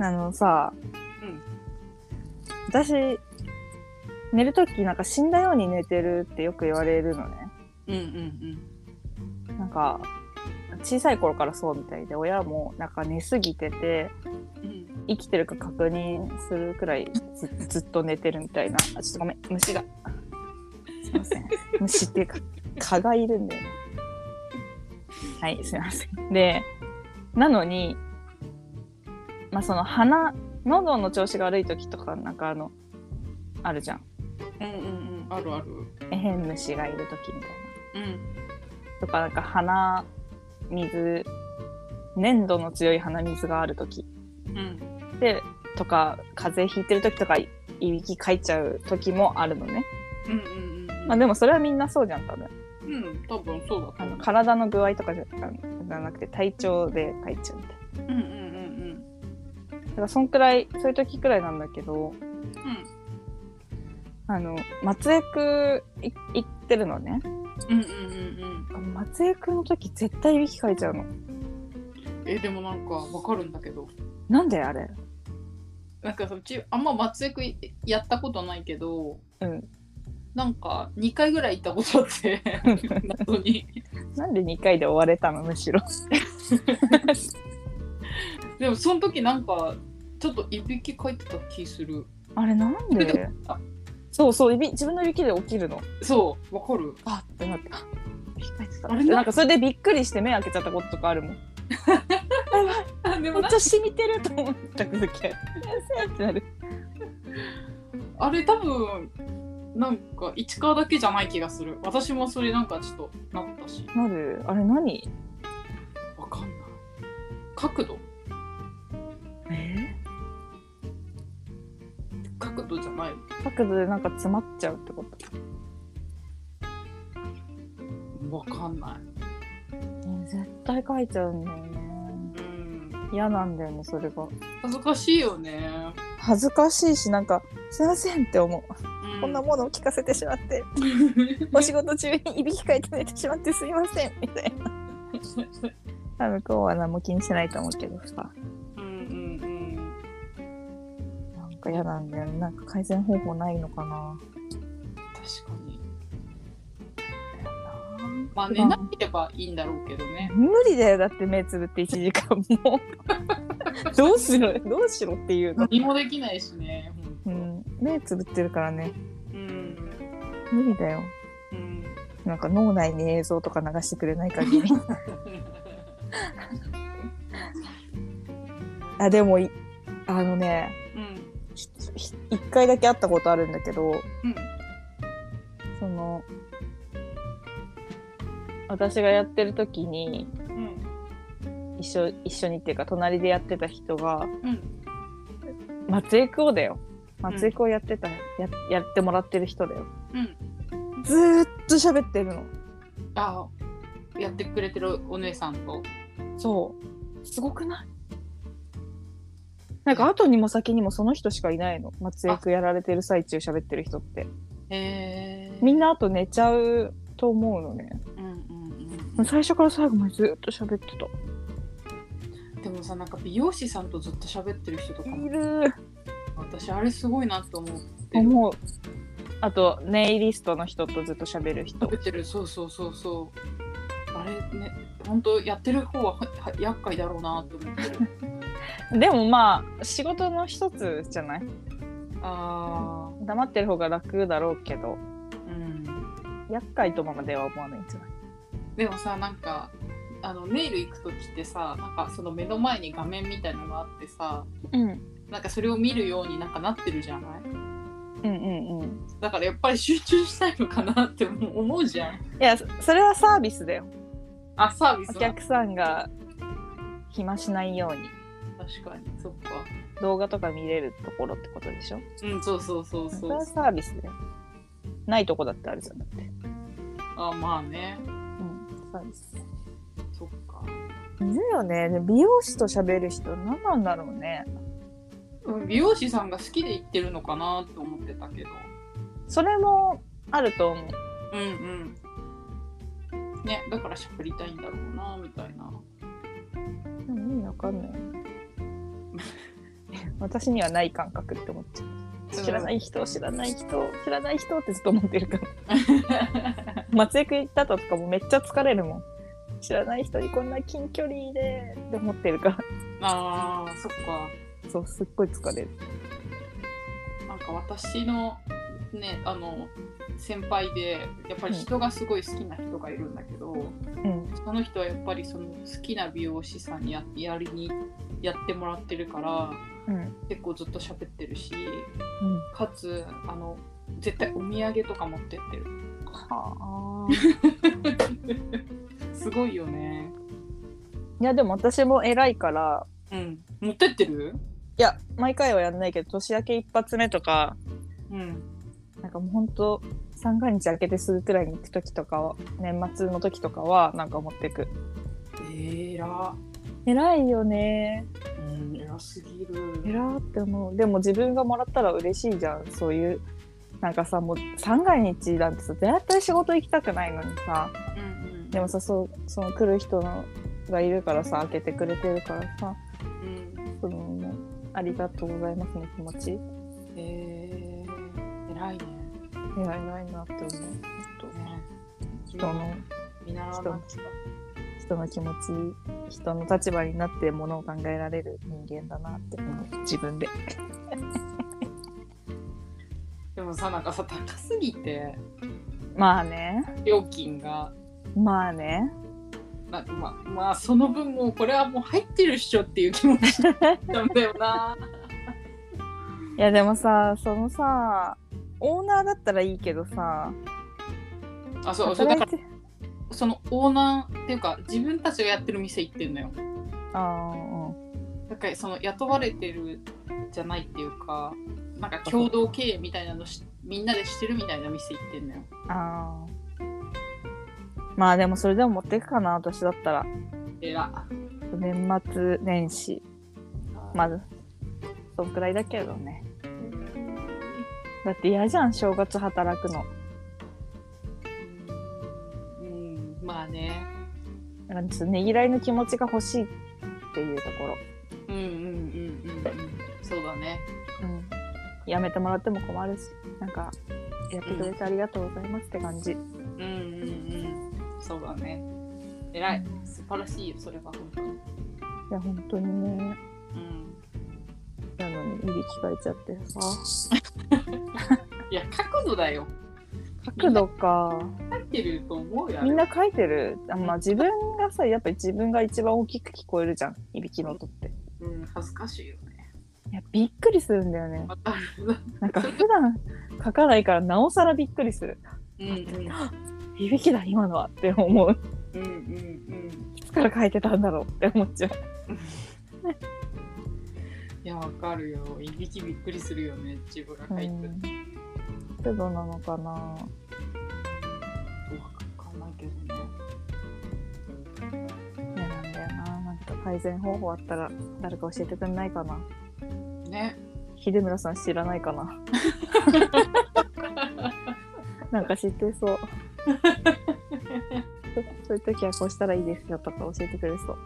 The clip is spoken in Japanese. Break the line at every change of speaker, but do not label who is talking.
あのさ、
うん
私寝るときなんか死んだように寝てるってよく言われるのね
うんうん
なんか小さい頃からそうみたいで親もなんか寝すぎてて
うんうん
生きてるか確認するくらいずずっと寝てるみたいなあちょっとごめん虫がすいません虫っていうか蚊がいるんだよねはいすいませんでなのにまあその鼻喉の調子が悪い時とかなんかあのあるじゃん
うんうんうんあるある
えへん虫がいる時みたい
うん
なとかなんか鼻水粘度の強い鼻水がある時
うん
でとか風邪ひいてる時とかいいびきかいちゃう時もあるのね、
うんうんうん
まあ、でもそれはみんなそうじゃん多分
うん多分そうだと
あ
思
の
う
体の具合とかじゃじゃなくて体調でかいちゃうみたいな
うんうんうん
だからそんくらいそういう時くらいなんだけどあの松江区い行ってるのね
うんうんうんうんうん
松江区の時絶対いびきかいちゃうの
えでもなんかわかるんだけど
なんであれ
なんかさうちあんま松江区いやったことないけど
うん
なんか2回ぐらい行ったことあって謎に
なんで2回で終われたのむしろ
でもその時なんかちょっといびきかいてた気する
あれなんで
あ
そうそういび自分のいびきで起きるの
そうわかる
あってなって、あいびきかいてた
あれ
でなんかそれでびっくりして目開けちゃったこととかあるもん。
あで
め
も
っ
な
ちゃ染みてると思った時ある。先 生ってなる。
あれ多分なんか市川だけじゃない気がする私もそれなんかちょっとなったし
なる。あれ何？
わかんない角度
え
角度じゃない
角度でなんか詰まっちゃうってこと。
わかんな
絶対書いちゃうんだよね。
いうん
嫌なんだよねそれが。
恥ずかしいよね、
恥ずかしいしなんかすいませんって思う。
うん、
こんなものを聞かせてしまって、 お
も
仕事中にいびきかいて寝てしまってすいませんみたいな。多分今日は何も気にしないと思うけどさ。
うんうん
なんか嫌なんだよね。なんか改善方法ないのかな。
うん確かにまあ寝なければいいんだろうけどね
無理だよだって目つぶって1時間もどうしろどうしろっていうの、
何もできないしね
う
ほん
ん、目つぶってるからね
とうん
無理だよ
うん
なんか脳内に映像とか流してくれない限りあでもいあのね
うん
ひひ一回だけ会ったことあるんだけど
うん
その私がやってる時に
うん
一緒一緒にっていうか隣でやってた人が
うん
松江区をだよ松江区をやってた、ややってもらってる人だよ
うん
ずーっと喋ってるの
あやってくれてるお姉さんと
そう。すごくないなんか後にも先にもその人しかいないの。松江区やられてる最中喋ってる人って。
へえ
みんなあと寝ちゃうと思うのね。
うんうん
最初から最後までずっと喋ってた。
うんでもさなんか美容師さんとずっと喋ってる人とかも
いる
私あれすごいなと思ってる
思う。あと、ネイリストの人とずっと喋る人。
喋ってるそうそうそうそうあれね本当やってる方ははは厄介だろうなと思ってる
でもまあ、仕事の一つじゃない
あ
黙ってる方が楽だろうけど、
ーうん
厄介とまでは思わないんじゃない
でもさなんかあのネイル行く時ってさなんかその目の前に画面みたいのがあってさ
うん。
なんかそれを見るようになんかなってるじゃない
うんうんうん。
だからやっぱり集中したいのかなって思う思うじゃん
いや、そそれはサービスだよ。
あサービス
お
な
客さんが暇しないように
確かにそっか
動画とか見れるところってことでしょ
うんそうそうそう
そ
そ
れは
う
サービスでないとこだってあるじゃんだって
あまあね
うんサービス
そっか
いるよねで美容師と喋る人何なんだろうね
うん美容師さんが好きで行ってるのかなと思ってたけど
それもあると思う
うんうんねだからしゃべりたいんだろ うなみたいな
でも意味わかんない私にはない感覚って思っちゃう知らない人知らない人知らない人ってずっと思ってるから松江区行った後とかもめっちゃ疲れるもん知らない人にこんな近距離でって思ってるから
あーそっか
そうすっごい疲れる
なんか私のねあの先輩でやっぱり人がすごい好きな人がいるんだけど、
うん
その人はやっぱりその好きな美容師さんにややりにやってもらってるから
うん
結構ずっと喋ってるし
うん
かつあの絶対お土産とか持ってってる
はあ
すごいよね
いやでも私も偉いから
うん持ってってる
いや毎回はやんないけど年明け一発目とか
うん
なんかもうほんと三が日明けてすぐくらいに行く時とかは年末の時とかはなんか持ってく
えら
偉いよね
うん偉すぎる
偉って思うでも自分がもらったら嬉しいじゃんそういうなんかさもう三が日なんてさ絶対仕事行きたくないのにさ
うんうん
でもさそうその来る人のがいるからさ開けてくれてるからさ
うん
そのもうありがとうございますの気持ち
えー、偉いね
偉いないなって思う
ね
人の
見習わなきゃ
人の気持ち人の立場になってものを考えられる人間だなって思う自分で
でもさなんかさ高すぎて
まあね
料金が
まあね
なんかまあまあその分もうこれはもう入ってるっしょっていう気持ちなんだよな
いやでもさそのさオーナーだったらいいけどさ
あそうそうだ
働
か
い
ら
て
そのオーナーっていうか自分たちがやってる店行ってんのよ
あー
だからその雇われてるじゃないっていうかなんか共同経営みたいなのしみんなでしてるみたいな店行ってんのよ
うんあーまあでもそれでも持っていくかな私だったら
えら
年末年始まずそんくらいだけどねだって嫌じゃん正月働くの
うんまあね
だからちょっとねぎらいの気持ちが欲しいっていうところ、
うんうんうんうんうんそうだね
うん、やめてもらっても困るしなんかやってくれてありがとうございますって感じ、
うんうんうんそうだね偉い素晴らしいよそれは本当に
いや本当にね
うん
なのにいびきかいちゃってさ
いや角度だよ
角度か
入ってると思うよあ れ
みんな書いてるあ、まあ、自分がさやっぱり自分が一番大きく聞こえるじゃんいびきの音って
うん恥ずかしいよね
いやびっくりするんだよね
わかる
なんか普段書かないからなおさらびっくりする
うんうん
いびきだ今のはって思う
うんうん
いつから書いてたんだろうって思っちゃう
いやわかるよいびきびっくりするよね自分が書いてる
角度なのかな
とわかんないけどね
いやなんだよななんか改善方法あったら誰か教えてくんないかな
ね
秀村さん知らないかななんか知ってそうそそういう時はこうしたらいいですよとか教えてくれそう